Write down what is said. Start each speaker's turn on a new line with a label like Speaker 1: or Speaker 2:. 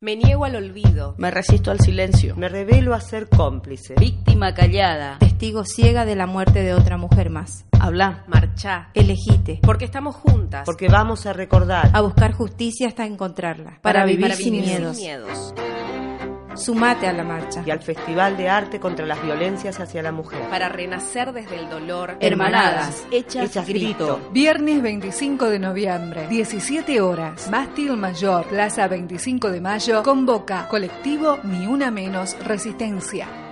Speaker 1: Me niego al olvido.
Speaker 2: Me resisto al silencio.
Speaker 3: Me revelo a ser cómplice.
Speaker 4: Víctima callada.
Speaker 5: Testigo ciega de la muerte de otra mujer más.
Speaker 2: Habla.
Speaker 1: Marchá.
Speaker 5: Elegite.
Speaker 1: Porque estamos juntas.
Speaker 3: Porque vamos a recordar.
Speaker 5: A buscar justicia hasta encontrarla. Para, para vivir, para sin, vivir miedos.
Speaker 1: sin miedos.
Speaker 5: Sumate a la marcha.
Speaker 3: Y al Festival de Arte contra las Violencias hacia la Mujer.
Speaker 1: Para renacer desde el dolor.
Speaker 4: Hermanadas. Hechas, hechas grito. grito.
Speaker 6: Viernes 25 de noviembre, 17 horas. Mástil Mayor, Plaza 25 de Mayo. Convoca colectivo Ni Una Menos Resistencia.